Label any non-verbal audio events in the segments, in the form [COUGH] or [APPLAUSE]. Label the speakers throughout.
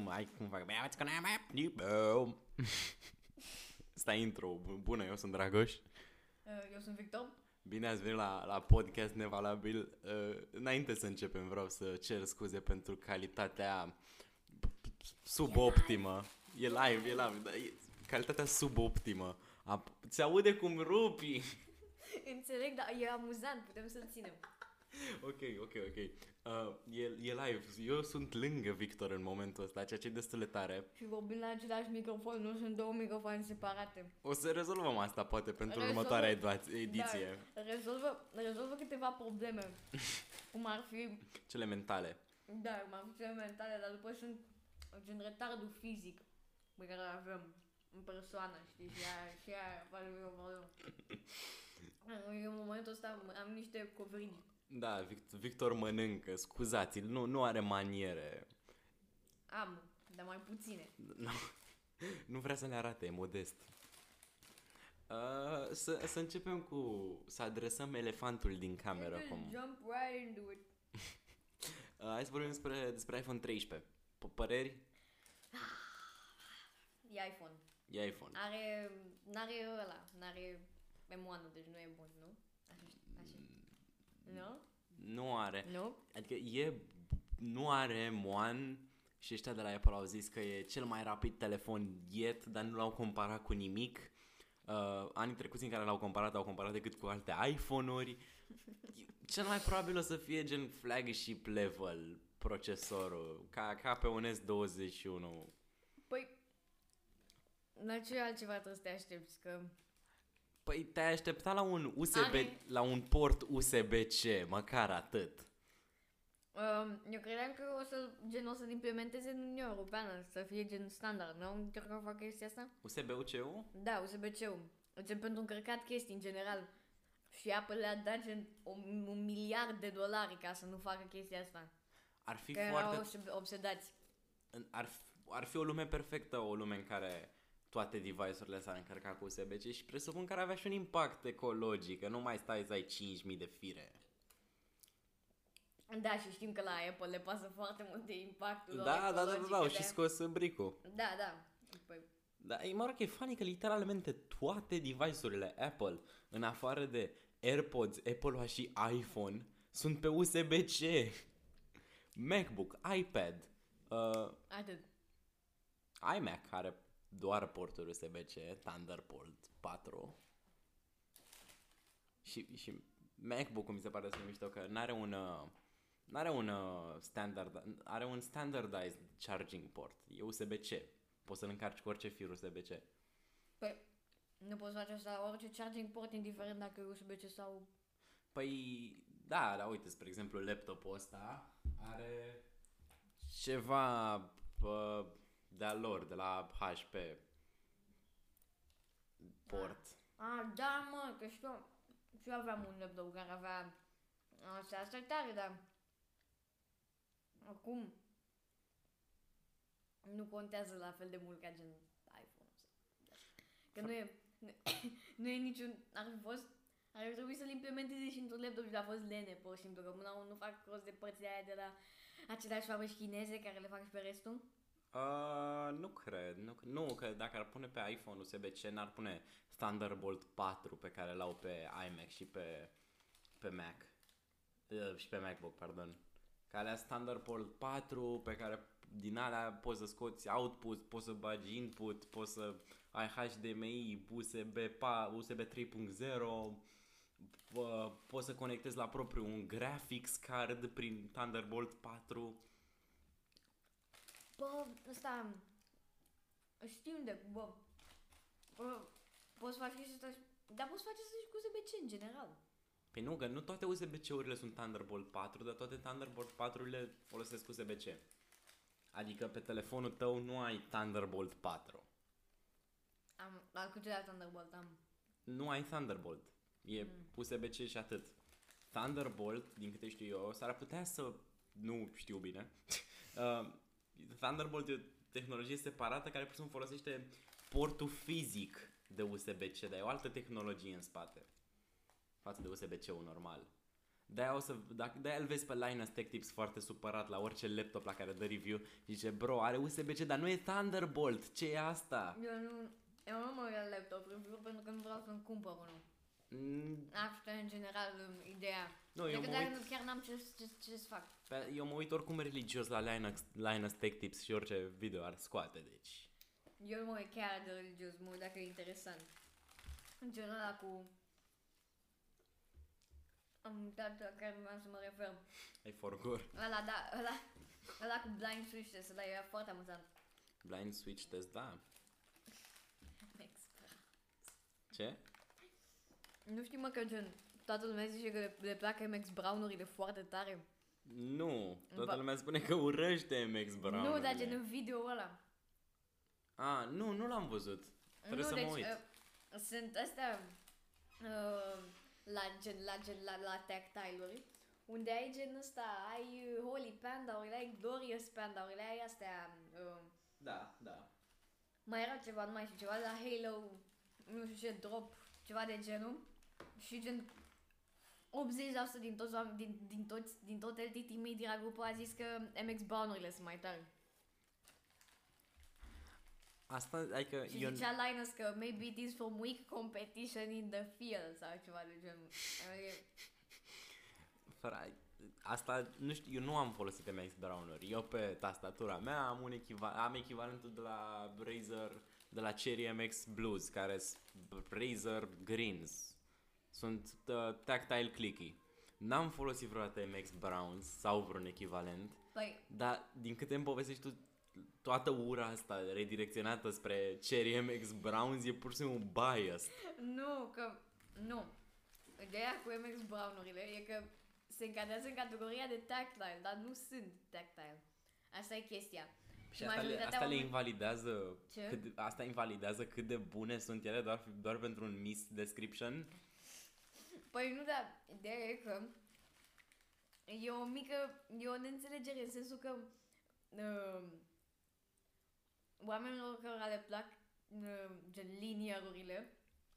Speaker 1: fac "Bă, what's gonna happen, bro?" [LAUGHS] Asta e intro. Bună, eu sunt Dragoș.
Speaker 2: Eh, Eu sunt Victor.
Speaker 1: Bine ați venit la, la podcast nevalabil. Uh, Înainte să începem, vreau să cer scuze pentru calitatea suboptimă. E live, e live. Dar e calitatea suboptimă. A, ți aude cum rupi.
Speaker 2: [LAUGHS]
Speaker 1: [LAUGHS]
Speaker 2: Înțeleg, dar e amuzant, putem să-l ținem.
Speaker 1: Ok, ok, ok. Uh, e, e live. Eu sunt lângă Victor în momentul ăsta, ceea ce e destul de tare.
Speaker 2: Și vorbim la același microfon, nu sunt două microfoane separate.
Speaker 1: O să rezolvăm asta, poate, pentru
Speaker 2: Rezolvăm.
Speaker 1: următoarea edu- ediție.
Speaker 2: Da, rezolvă, rezolvă câteva [LAUGHS] probleme. cum ar fi,
Speaker 1: Cele mentale.
Speaker 2: da, cum ar fi cele mentale, dar după sunt gen retardul fizic pe care îl avem în persoană, știi, și aia, și aia, face o [LAUGHS] problemă. Eu, în momentul ăsta am- am niște covrigi.
Speaker 1: Da, Vic- Victor mănâncă, scuzați-l, nu, nu are maniere.
Speaker 2: Am, dar mai puține.
Speaker 1: Nu, nu vrea să le arate, e modest. Uh, să, să începem cu... să adresăm elefantul din cameră
Speaker 2: Just
Speaker 1: acum. Uh,
Speaker 2: Jump right into it.
Speaker 1: hai să vorbim despre, despre iPhone 13. P- păreri?
Speaker 2: E iPhone.
Speaker 1: E iPhone.
Speaker 2: Are, n-are ăla, n-are memoană, deci nu e bun, nu? Așa, așa. Nu?
Speaker 1: Nu are.
Speaker 2: Nu?
Speaker 1: Adică e... Nu are Moan și ăștia de la Apple au zis că e cel mai rapid telefon yet, dar nu l-au comparat cu nimic. Uh, anii trecuți în care l-au comparat, au comparat decât cu alte iPhone-uri. Cel mai probabil o să fie gen flagship level procesorul, ca, ca pe un S21.
Speaker 2: Păi, la ce altceva trebuie să te aștepți, că...
Speaker 1: Păi te-ai aștepta la un USB,
Speaker 2: Are-
Speaker 1: la un port USB-C, măcar atât.
Speaker 2: Um, eu credeam că o să, gen, o să implementeze în Uniunea Europeană, să fie gen standard, nu? Încercau să facă chestia asta?
Speaker 1: USB-UCU?
Speaker 2: Da, USB-C-ul. Gen, pentru încărcat chestii, în general. Și Apple le-a dat gen o, un miliard de dolari ca să nu facă chestia asta.
Speaker 1: Ar fi
Speaker 2: Că
Speaker 1: foarte...
Speaker 2: erau obs- obsedați.
Speaker 1: în- ar, f- ar fi o lume perfectă, o lume în care toate device-urile s-ar încărca cu USB-C și presupun că ar avea și un impact ecologic, că nu mai stai să ai 5.000 de fire.
Speaker 2: Da, și știm că la Apple le pasă foarte mult de impactul
Speaker 1: Da,
Speaker 2: lor
Speaker 1: da, da, da,
Speaker 2: ecologic,
Speaker 1: da, au
Speaker 2: de-
Speaker 1: și scos bricul.
Speaker 2: Da, da. Păi,
Speaker 1: Da, e mă rog, e funny că literalmente toate device-urile Apple, în afară de AirPods, Apple și iPhone, sunt pe USB-C. [LAUGHS] MacBook, iPad, uh,
Speaker 2: atât.
Speaker 1: iMac are doar portul USB-C, Thunderbolt 4. Și, și MacBook-ul mi se pare să mișto că n-are un uh, n-are un uh, standard are un standardized charging port. E USB-C. Poți să-l încarci cu orice fir USB-C.
Speaker 2: Păi, nu poți face asta la orice charging port, indiferent dacă e USB-C sau...
Speaker 1: Păi, da, dar uite, spre exemplu, laptopul ăsta are ceva uh, de-a lor, de la HP port.
Speaker 2: Ah, da, mă, că și eu, și eu aveam un laptop care avea... Asta, asta e tare, dar... Acum... Nu contează la fel de mult ca gen iPhone. Că nu e... Nu, [COUGHS] nu e niciun... Ar fi fost... Ar fi trebuit să-l implementeze și într-un laptop și a fost lene, pur și simplu, că până la urmă nu fac rost de părțile aia de la aceleași fabrici chineze care le fac și pe restul.
Speaker 1: Uh, nu cred, nu, cre- nu, că dacă ar pune pe iPhone USB-C, n-ar pune Thunderbolt 4 pe care l-au pe iMac și pe, pe Mac. Uh, și pe MacBook, pardon. Că alea sunt Thunderbolt 4 pe care din alea poți să scoți output, poți să bagi input, poți să ai HDMI, USB, pa- USB 3.0, uh, poți să conectezi la propriu un graphics card prin Thunderbolt 4.
Speaker 2: Bă, ăsta... Știm de... Bă... bă poți face chestia asta... și- Dar poți face asta și cu USB-C în general.
Speaker 1: Păi nu, că nu toate USB-C-urile sunt Thunderbolt 4, dar toate Thunderbolt 4-urile folosesc USB-C. Adică pe telefonul tău nu ai Thunderbolt 4.
Speaker 2: Am, la câte de Thunderbolt am.
Speaker 1: Nu ai Thunderbolt. E USB-C și atât. Thunderbolt, din câte știu eu, s-ar putea să... Nu știu bine. [LAUGHS] Uh, Thunderbolt e o tehnologie separată care presupun folosește portul fizic de USB-C, dar e o altă tehnologie în spate față de USB-C-ul normal. De-aia, o să, dacă, de-aia îl vezi pe Linus Tech Tips foarte supărat la orice laptop la care dă review și zice, bro, are USB-C, dar nu e Thunderbolt, ce e asta?
Speaker 2: Eu nu, eu nu mă uit la laptop review pentru că nu vreau să-mi cumpăr unul.
Speaker 1: Mm,
Speaker 2: Asta e în general um, ideea.
Speaker 1: Nu, eu
Speaker 2: Decât
Speaker 1: mă
Speaker 2: dacă
Speaker 1: uit-
Speaker 2: nu- chiar n-am ce, ce, ce să fac.
Speaker 1: Pe- Eu mă uit oricum religios la Linux, Linus Tech Tips și orice video ar scoate, deci...
Speaker 2: Eu mă uit chiar de religios, mă uit dacă e interesant. În general ăla cu... Am uitat la care vreau să mă refer.
Speaker 1: Ai forgor.
Speaker 2: Ăla, da, ăla, ăla cu blind switch test, ăla era foarte amuzant.
Speaker 1: Blind switch test, da.
Speaker 2: Expert.
Speaker 1: Ce?
Speaker 2: Nu știu mă că gen, toată lumea zice că le, le plac MX Brown-urile foarte tare.
Speaker 1: Nu, toată
Speaker 2: Ba-
Speaker 1: lumea spune că urăște MX Brown.
Speaker 2: nu, dar gen în video ăla.
Speaker 1: A, Ah, nu, nu l-am văzut. Trebuie
Speaker 2: nu,
Speaker 1: să
Speaker 2: deci,
Speaker 1: mă uit.
Speaker 2: Uh, sunt astea uh, la gen, la gen, la, la tactile-uri, unde ai gen ăsta, ai uh, Holy Panda, ori ai Glorious Panda, ori ai astea, uh,
Speaker 1: Da, da.
Speaker 2: mai era ceva, nu mai știu, ceva de la Halo, nu știu ce, Drop, ceva de genul. Și gen 80% din toți oameni, din, din, toți, din tot LTT Media grupul a zis că MX Brown-urile sunt mai tare.
Speaker 1: Asta, adică
Speaker 2: Și
Speaker 1: eu...
Speaker 2: zicea Linus că maybe it is from weak competition in the field sau ceva de genul. Adică-
Speaker 1: Fra- Asta, nu știu, eu nu am folosit MX Brown-uri. Eu pe tastatura mea am, un echiva- am echivalentul de la Razer, de la Cherry MX Blues, care sunt Razer Greens. Sunt uh, tactile clicky. N-am folosit vreodată MX Browns sau vreun echivalent,
Speaker 2: Păi,
Speaker 1: dar din câte îmi povestești tu, toată ura asta redirecționată spre Cherry MX Browns e pur și simplu biased.
Speaker 2: nu, că... Nu. Ideea cu MX Brownurile e că se încadrează în categoria de tactile, dar nu sunt tactile. Asta e chestia.
Speaker 1: Și asta le,
Speaker 2: Majoritatea
Speaker 1: asta le
Speaker 2: oamenilor-
Speaker 1: invalidează
Speaker 2: Ce?
Speaker 1: cât, de- asta invalidează cât de bune sunt ele doar, doar pentru un miss description.
Speaker 2: Păi nu, dar ideea e că e o mică, e o neînțelegere în sensul că uh, oamenilor care le plac uh, gen linearurile,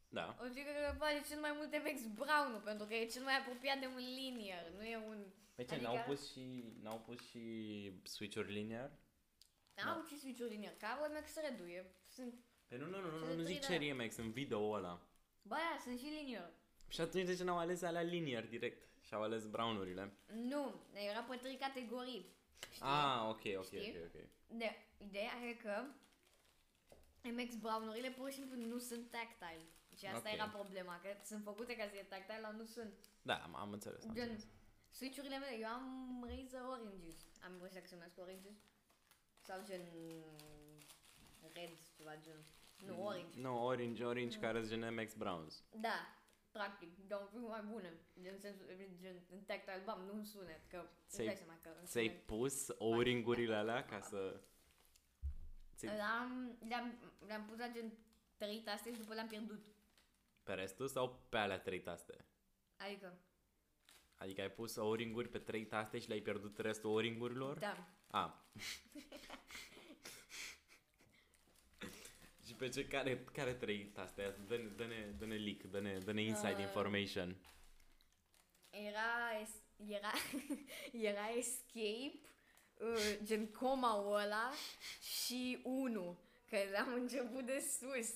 Speaker 1: Da.
Speaker 2: o zic că face cel mai mult MX Brown pentru că e cel mai apropiat de un linear, nu e un...
Speaker 1: Pe Păi ce,
Speaker 2: Adică-
Speaker 1: n-au pus și n-au pus și switch-uri linear? Da.
Speaker 2: Au ucis niciun linear, ca OMX se reduie. Sunt,
Speaker 1: Pe Păi nu, nu, nu,
Speaker 2: Cele
Speaker 1: nu, nu
Speaker 2: trei,
Speaker 1: zic
Speaker 2: da.
Speaker 1: Cherry MX în video ăla.
Speaker 2: ba da, sunt și linear.
Speaker 1: Și atunci de ce n-au ales alea linear direct? Și au ales brownurile.
Speaker 2: Nu, era pe trei categorii. Știi?
Speaker 1: Ah, ok, ok,
Speaker 2: Știi?
Speaker 1: ok, ok.
Speaker 2: De, ideea e că MX Brownurile pur și simplu nu sunt tactile. Și asta
Speaker 1: Ok.
Speaker 2: era problema, că sunt făcute ca să fie tactile, dar nu sunt.
Speaker 1: Da, am, am înțeles. Am
Speaker 2: Gen,
Speaker 1: înțeles.
Speaker 2: switch-urile mele, eu am Razer Oranges. Am impresia că se numesc Oranges. Sau gen Red, ceva gen.
Speaker 1: Mhm.
Speaker 2: Nu, Orange.
Speaker 1: Nu, orange, orange care sunt gen MX Browns.
Speaker 2: Da, practic, dar un pic mai bune. Gen, sensul, gen, în tactile, bam, nu în sunet, că îți
Speaker 1: Ți-ai-
Speaker 2: dai seama că în
Speaker 1: Ți-ai
Speaker 2: sunet.
Speaker 1: pus o-ringurile alea ca să... Ți-
Speaker 2: Le-am, le-am, le-am pus la gen 3 taste și după le-am pierdut.
Speaker 1: Pe restul sau pe alea trei taste?
Speaker 2: Adică,
Speaker 1: Adică ai pus o-ringuri pe trei taste și le-ai pierdut restul Ah. o-ringurilor?
Speaker 2: da,
Speaker 1: A. [LAUGHS] și pe ce care, care trei taste? Ia, Dă-ne, dă-ne, dă-ne leak, dă-ne, dă-ne inside
Speaker 2: Uh.
Speaker 1: information.
Speaker 2: era, es- era, [LAUGHS] era escape, uh, gen coma ăla și 1, că am început de sus.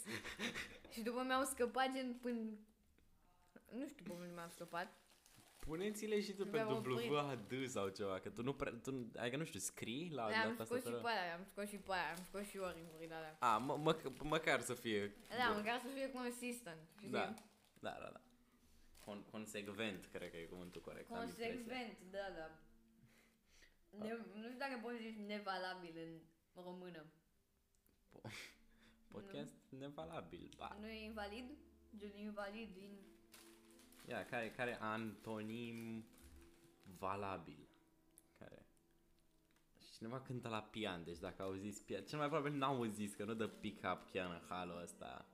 Speaker 2: și după mi-au scăpat gen până, nu știu până unde mi-au scăpat.
Speaker 1: Puneți-le și tu pe
Speaker 2: Mi-am oprit.
Speaker 1: WAD sau ceva, că tu nu prea, tu, nu- adică nu știu, scrii la, la
Speaker 2: Le-am Da, scos și
Speaker 1: tastatură?
Speaker 2: pe alea, am scos și pe alea, am scos și oringurile alea.
Speaker 1: A, Ah, mă, mă, măcar să fie...
Speaker 2: Da, măcar să fie consistent. știi?
Speaker 1: da, da, da, da. Con- consecvent, cred că e cuvântul corect. am impresia.
Speaker 2: Consecvent, da, da. Ne, nu știu dacă poți zici nevalabil în română.
Speaker 1: Podcast nevalabil, ba.
Speaker 2: Nu e invalid? Gen invalid din...
Speaker 1: Ia, care, care antonim valabil? Care? Și cineva cântă la pian, deci dacă auziți pian, cel mai probabil n-au zis că nu dă pick-up chiar în halul ăsta.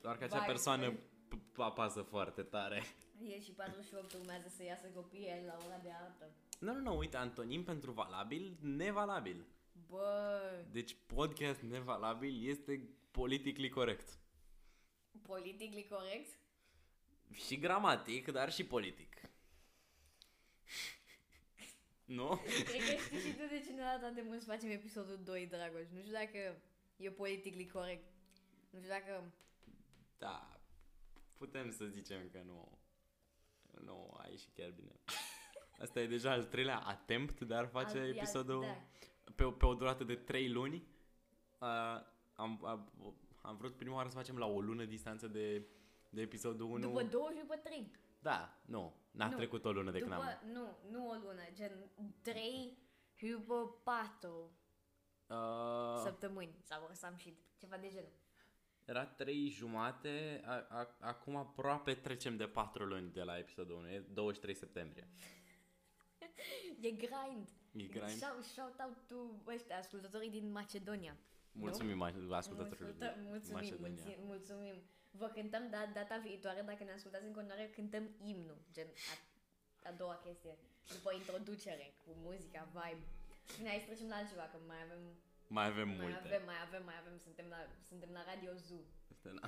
Speaker 1: Doar că acea
Speaker 2: Vai,
Speaker 1: persoană
Speaker 2: vai.
Speaker 1: p- apasă foarte tare.
Speaker 2: E și 48 urmează să iasă copiii la ora de altă.
Speaker 1: Nu, nu, nu, uite, antonim pentru valabil, nevalabil.
Speaker 2: Bă,
Speaker 1: Deci podcast nevalabil este politically corect.
Speaker 2: politically corect?
Speaker 1: Și gramatic, dar și politic. [LAUGHS] Nu?
Speaker 2: Cred că știi și tu de ce ne-a dat atât de mult să facem episodul 2, Dragoș. Nu știu dacă e politically corect. Nu știu dacă...
Speaker 1: Da, putem să zicem că nu. Nu, a ieșit chiar
Speaker 2: [LAUGHS]
Speaker 1: bine. Asta e deja al treilea attempt, dar face
Speaker 2: Al-
Speaker 1: episodul
Speaker 2: Da.
Speaker 1: pe, o- pe o durată de 3 luni. Uh, am, am, am vrut prima oară să facem la o lună distanță de, de episodul 1.
Speaker 2: După două și după trei.
Speaker 1: Da, nu. N-a
Speaker 2: Nu.
Speaker 1: trecut o lună de când am...
Speaker 2: După, nu, nu o lună, gen trei și după patru
Speaker 1: Uh,
Speaker 2: săptămâni sau să am și ceva de genul.
Speaker 1: Era trei jumate, a, a, acum aproape trecem de patru luni de la episodul 1, e 23 septembrie.
Speaker 2: E grind.
Speaker 1: Migraim,
Speaker 2: Shout, shout out to ăștia, ascultătorii din Macedonia.
Speaker 1: mulțumim ma- ascultătorilor
Speaker 2: Mulțumim,
Speaker 1: din
Speaker 2: mulțumim,
Speaker 1: Macedonia.
Speaker 2: mulțumim, mulțumim. Vă cântăm da, data viitoare, dacă ne ascultați în continuare, cântăm imnul, gen a, a doua chestie, după introducere, cu muzica, vibe. Bine, hai să trecem la altceva, că mai avem,
Speaker 1: Mai avem
Speaker 2: mai
Speaker 1: multe.
Speaker 2: avem, mai avem, mai avem, suntem la, suntem la Radio Zoo. [LAUGHS]
Speaker 1: Este la-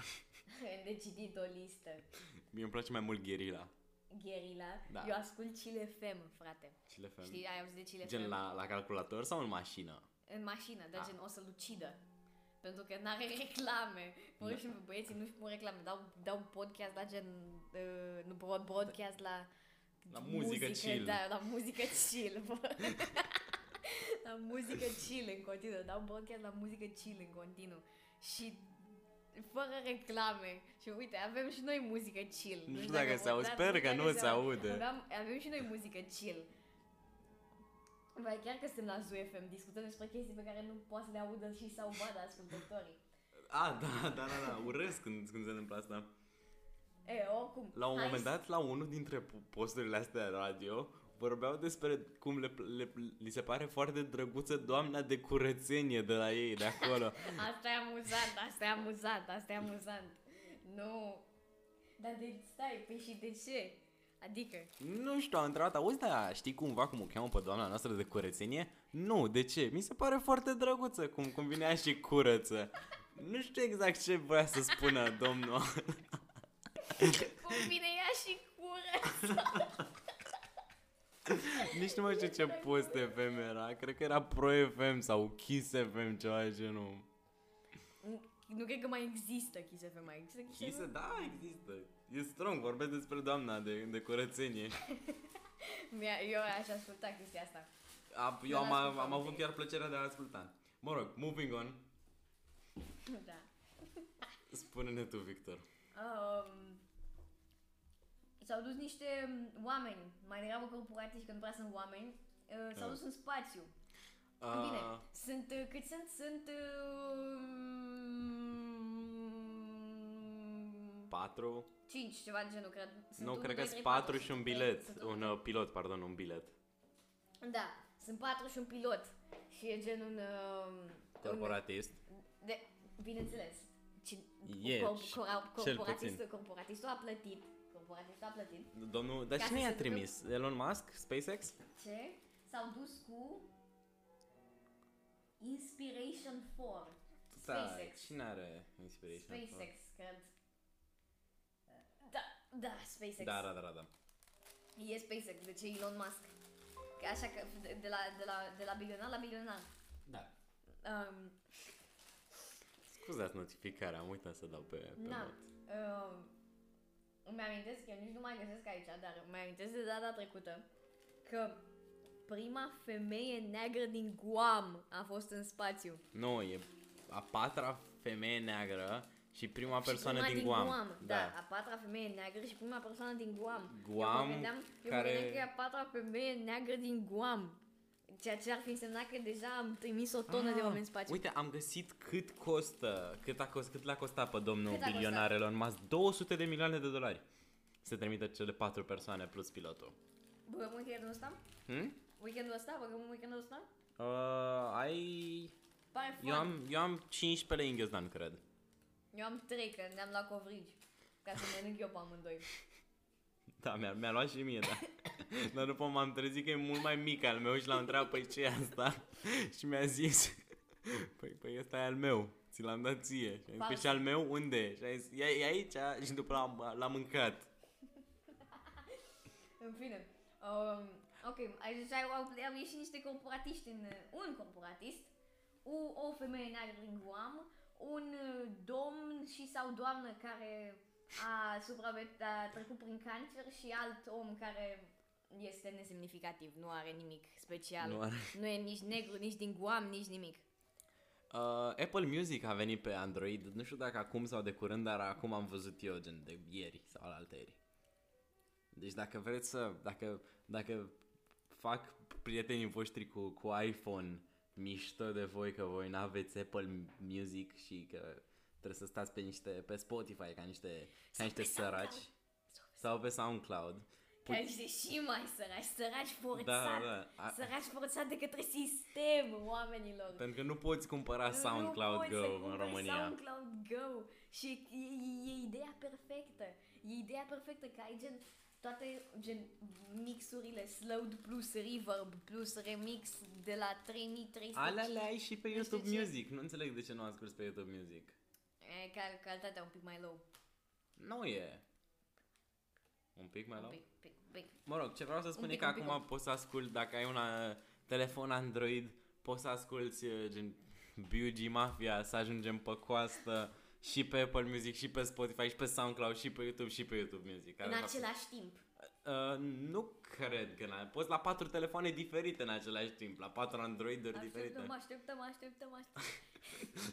Speaker 2: Am decidit o listă.
Speaker 1: [LAUGHS] Mie îmi place mai mult gherila.
Speaker 2: Gherila.
Speaker 1: Da.
Speaker 2: Eu ascult Chile FM, frate.
Speaker 1: Cile FM.
Speaker 2: Știi, ai auzit de Chile
Speaker 1: Gen
Speaker 2: FM?
Speaker 1: la, la calculator sau în mașină?
Speaker 2: În mașină, dar
Speaker 1: Ah.
Speaker 2: gen o să-l ucidă. Pentru că n-are reclame.
Speaker 1: Da.
Speaker 2: Pur și simplu, băieții nu-și pun reclame. Dau, dau podcast la gen... Uh, nu, broad- broadcast la...
Speaker 1: La muzică chill.
Speaker 2: Da, la muzică chill. bă. [LAUGHS] la muzică chill în continuu. Dau podcast la muzică chill în continuu. Și fără reclame. Și uite, avem și noi muzică chill.
Speaker 1: Nu știu dacă se aude,
Speaker 2: da,
Speaker 1: sper
Speaker 2: știu
Speaker 1: că
Speaker 2: dacă
Speaker 1: nu se aude.
Speaker 2: Aveam, avem și noi muzică chill. Vai, chiar că suntem la Zoo FM, discutăm despre chestii pe care nu poate să le audă și sau vadă ascultătorii.
Speaker 1: A, da, da, da, da, urăsc când, când se întâmplă asta.
Speaker 2: E, oricum,
Speaker 1: La un
Speaker 2: hai
Speaker 1: moment
Speaker 2: să-
Speaker 1: dat, la unul dintre po- posturile astea radio, vorbeau despre cum le, le, li se pare foarte drăguță doamna de curățenie de la ei, de
Speaker 2: [LAUGHS]
Speaker 1: acolo.
Speaker 2: Asta e amuzant, asta e amuzant, asta e amuzant. Nu. Dar de stai, păi și de ce? Adică,
Speaker 1: Nu știu, am întrebat, auzi, da, știi cumva cum o cheamă pe doamna noastră de curățenie? Nu, de ce? Mi se pare foarte drăguță cum, cum vine ea și curăță. Nu știu exact ce vrea să spună domnul.
Speaker 2: cum vine ea și cură.
Speaker 1: Nici nu mai știu ce post FM era. Cred că era Pro FM sau Kiss FM, ceva de genul.
Speaker 2: Nu cred că mai există Kiss FM, mai există Kiss
Speaker 1: Chisă,
Speaker 2: FM?
Speaker 1: da, există. E strong, vorbesc despre doamna de, de curățenie.
Speaker 2: Mi-a- Eu aș asculta chestia asta. [LAUGHS]
Speaker 1: A, eu
Speaker 2: Dar
Speaker 1: am,
Speaker 2: ascultam
Speaker 1: am avut
Speaker 2: de-
Speaker 1: chiar plăcerea de a asculta. Mă rog, moving on.
Speaker 2: Da.
Speaker 1: Spune-ne tu, Victor.
Speaker 2: Um, s-au dus niște um, oameni, mai degrabă corporatiști, că nu prea sunt oameni, uh,
Speaker 1: Da.
Speaker 2: s-au
Speaker 1: Ah.
Speaker 2: dus în spațiu.
Speaker 1: A,
Speaker 2: Bine, sunt, uh, cât sunt? Sunt... Uh,
Speaker 1: Patru?
Speaker 2: 5, ceva de genul, cred. Sunt
Speaker 1: nu,
Speaker 2: un,
Speaker 1: cred că
Speaker 2: doi,
Speaker 1: sunt
Speaker 2: trei,
Speaker 1: patru și
Speaker 2: sunt
Speaker 1: un
Speaker 2: trei,
Speaker 1: bilet.
Speaker 2: sunt
Speaker 1: Un uh, pilot, pardon, un bilet.
Speaker 2: Da, sunt patru și un pilot. Și e gen un... Uh, un
Speaker 1: Corporatist.
Speaker 2: de, bineînțeles. Ci,
Speaker 1: E,
Speaker 2: cor- cor-
Speaker 1: cel
Speaker 2: corporatistul, corporatistul a plătit. Corporatistul a plătit.
Speaker 1: Domnul, dar
Speaker 2: Ca
Speaker 1: cine
Speaker 2: să
Speaker 1: i-a
Speaker 2: se ducă-
Speaker 1: trimis? Elon Musk? SpaceX?
Speaker 2: ce s-au dus cu Inspiration 4.
Speaker 1: Da,
Speaker 2: SpaceX.
Speaker 1: cine are Inspiration?
Speaker 2: SpaceX, cred. Da, da, SpaceX.
Speaker 1: Da, da, da, da, da.
Speaker 2: E SpaceX, deci e Elon Musk. Că Așa că de, de la, de, la, de la bilionar la bilionar.
Speaker 1: Da.
Speaker 2: Um,
Speaker 1: Scuzați notificarea, am uitat să dau pe, pe
Speaker 2: na,
Speaker 1: not.
Speaker 2: um, îmi amintesc, eu nici nu mai găsesc aici, dar îmi amintesc de data trecută că prima femeie neagră din Guam a fost în spațiu.
Speaker 1: Nu, e a patra femeie neagră și prima
Speaker 2: Și
Speaker 1: persoană
Speaker 2: prima
Speaker 1: din Guam.
Speaker 2: Da. a patra femeie neagră și prima persoană din Guam. eu
Speaker 1: Guam,
Speaker 2: mă gândeam, eu
Speaker 1: care-
Speaker 2: mă gândeam că e a patra femeie neagră din Guam. Ceea ce ar fi însemnat că deja am trimis o tonă de
Speaker 1: Ah,
Speaker 2: oameni în spațiu.
Speaker 1: Uite, am găsit cât costă, cât, a cost, cât l-a costat pe domnul
Speaker 2: Cât a
Speaker 1: bilionar
Speaker 2: costat?
Speaker 1: Elon Musk, 200 de milioane de dolari. Se trimite cele patru persoane plus pilotul.
Speaker 2: Băgăm weekendul ăsta?
Speaker 1: Hm?
Speaker 2: Weekendul ăsta? Băgăm weekendul ăsta?
Speaker 1: Uh, ai...
Speaker 2: Pare
Speaker 1: Eu
Speaker 2: fun.
Speaker 1: am, eu am 15 lei în ghiozdan, cred.
Speaker 2: eu am trei, că ne-am luat covrigi. Ca să mănânc eu pe amândoi.
Speaker 1: Da, mi-a, mi-a luat și mie, da. Dar după m-am trezit că e mult mai mic al meu și l-am întrebat, păi ce e asta? [LAUGHS] și mi-a zis, [LAUGHS] păi, păi ăsta e al meu, ți l-am dat ție. Și am zis, "Păi
Speaker 2: Fals.
Speaker 1: și al meu unde? Și a zis, e, e aici și după l-am, l-am mâncat.
Speaker 2: În fine. Um, Ok, deci au, au, au ieșit niște corporatiști în... uh, Un corporatist, o, o femeie neagră din Guam, un uh, domn și sau doamnă care a, supraviețuit, a trecut prin cancer și alt om care este nesemnificativ, nu are nimic special.
Speaker 1: Nu are. Păi-
Speaker 2: nu e nici negru, nici din Guam, nici nimic.
Speaker 1: Uh, Apple Music a venit pe Android, nu știu dacă acum sau de curând, dar acum am văzut eu gen de ieri sau la ieri. Deci dacă vreți să, dacă, dacă fac prietenii voștri cu, cu iPhone mișto de voi că voi n-aveți Apple Music și că trebuie să stați pe niște pe Spotify ca niște, ca
Speaker 2: Sau
Speaker 1: niște
Speaker 2: pe SoundCloud.
Speaker 1: săraci sau pe SoundCloud.
Speaker 2: Ca niște și mai săraci, săraci
Speaker 1: Da,
Speaker 2: forțat,
Speaker 1: da. A,
Speaker 2: săraci forțat de către sistem oamenilor.
Speaker 1: pentru că nu poți cumpăra
Speaker 2: Nu- nu
Speaker 1: SoundCloud
Speaker 2: poți să
Speaker 1: Go în
Speaker 2: cumperi
Speaker 1: România.
Speaker 2: SoundCloud Go și e, e, e ideea perfectă. E ideea perfectă că ai gen toate gen mixurile slowed plus reverb plus remix de la 3300.
Speaker 1: Alea le ai și pe
Speaker 2: Nu știu
Speaker 1: YouTube
Speaker 2: ce.
Speaker 1: Music. Nu înțeleg de ce nu asculti pe YouTube Music.
Speaker 2: E, Eh, cal, calitatea un pic mai low.
Speaker 1: Nu e. Un pic mai
Speaker 2: Un
Speaker 1: low?
Speaker 2: pic, pic, pic.
Speaker 1: Mă rog, ce vreau să spun
Speaker 2: Un
Speaker 1: e
Speaker 2: pic,
Speaker 1: că
Speaker 2: un pic, un
Speaker 1: acum
Speaker 2: pic.
Speaker 1: poți să asculti, dacă ai un uh, telefon Android, poți să asculti uh, gen Beauty Mafia, să ajungem pe coastă și pe Apple Music, și pe Spotify, și pe SoundCloud, și pe YouTube, și pe YouTube Music. Care
Speaker 2: În
Speaker 1: fac-
Speaker 2: același timp.
Speaker 1: Uh, nu cred că n-ai. Poți la patru telefoane diferite în același timp, la patru Android-uri diferite.
Speaker 2: Așteptăm, așteptăm, așteptăm, așteptăm.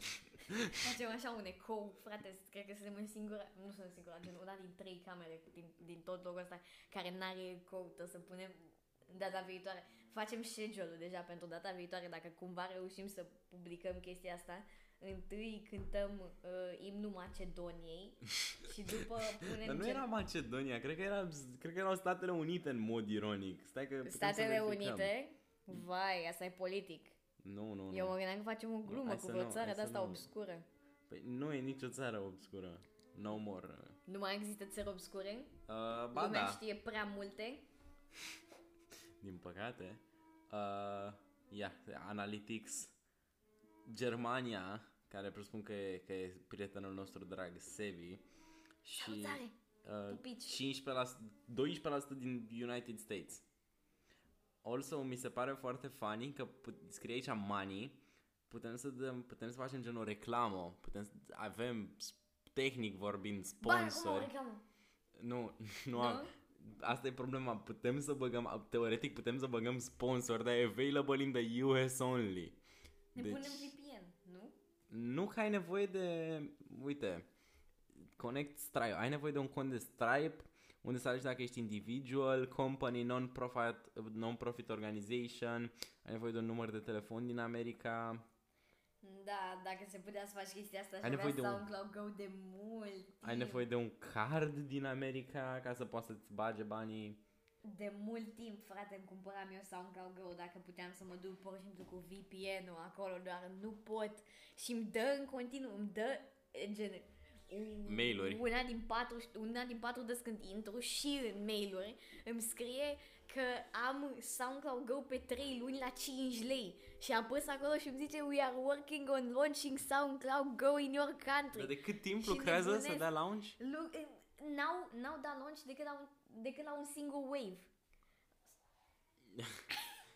Speaker 2: Facem așa un ecou, frate, cred că suntem în singura, nu sunt singura, gen una din trei camere din, din tot locul ăsta care n-are ecou, trebuie să punem data viitoare. Facem schedule-ul deja pentru data viitoare, dacă cumva reușim să publicăm chestia asta. Întâi cântăm uh, imnul
Speaker 1: [LAUGHS]
Speaker 2: Macedoniei și după punem
Speaker 1: Dar nu
Speaker 2: gen-
Speaker 1: era Macedonia, cred că, era, cred că erau Statele Unite în mod ironic. Stai că putem să
Speaker 2: Statele
Speaker 1: verificăm.
Speaker 2: Unite. Vai, asta e politic.
Speaker 1: Nu, nu, nu.
Speaker 2: Eu mă gândeam că facem o glumă
Speaker 1: hai
Speaker 2: cu
Speaker 1: să
Speaker 2: vreo
Speaker 1: nu,
Speaker 2: țară
Speaker 1: hai
Speaker 2: de
Speaker 1: să
Speaker 2: asta
Speaker 1: nu.
Speaker 2: obscură.
Speaker 1: Păi nu e nicio țară obscură. No more. Uh,
Speaker 2: Nu mai există țări obscure?
Speaker 1: ba
Speaker 2: Lumea
Speaker 1: da,
Speaker 2: știe prea multe.
Speaker 1: din păcate. Uh, ia, Analytics. Germania, care presupun că e, că e prietenul nostru drag, Sevi. Și
Speaker 2: Salutare!
Speaker 1: uh,
Speaker 2: Pupici!
Speaker 1: 15%, 12% din United States. Also, mi se pare foarte funny că put- scrie aici money, putem să, dăm, putem să facem gen o reclamă, putem să, avem s- tehnic vorbind
Speaker 2: Bani,
Speaker 1: sponsori.
Speaker 2: cum o reclamă?
Speaker 1: Nu, [LAUGHS] nu am. Asta e problema. Putem să băgăm, teoretic putem să băgăm sponsor, dar e available in the US only.
Speaker 2: Ne
Speaker 1: Deci,
Speaker 2: punem VPN, nu?
Speaker 1: nu că ai nevoie de, uite, Connect Stripe. Ai nevoie de un cont de Stripe unde să alegi dacă ești individual, company, non-profit, non-profit organization, ai nevoie de un număr de telefon din America.
Speaker 2: Da, dacă se putea să faci chestia asta, aș
Speaker 1: Ai
Speaker 2: avea
Speaker 1: nevoie de un-
Speaker 2: SoundCloud Go de mult
Speaker 1: Ai
Speaker 2: timp.
Speaker 1: nevoie de un card din America ca să poți să-ți bage banii.
Speaker 2: De mult timp, frate, îmi cumpăram eu SoundCloud Go dacă puteam să mă duc pur și simplu cu VPN-ul acolo, doar nu pot. Și îmi dă în continuu, îmi dă, e, gen, un-
Speaker 1: Mail-uri.
Speaker 2: Una din patru, una din patru des când intru și în mail-uri îmi scrie că am SoundCloud Go pe 3 luni la 5 lei și apăs acolo și îmi zice We are working on launching SoundCloud Go in your country.
Speaker 1: Dar de cât timp
Speaker 2: Păi, Și
Speaker 1: lucrează Da, să
Speaker 2: nebunesc.
Speaker 1: dea lounge?
Speaker 2: Lu- n-au, n-au dat launch decât la un, decât la un single wave.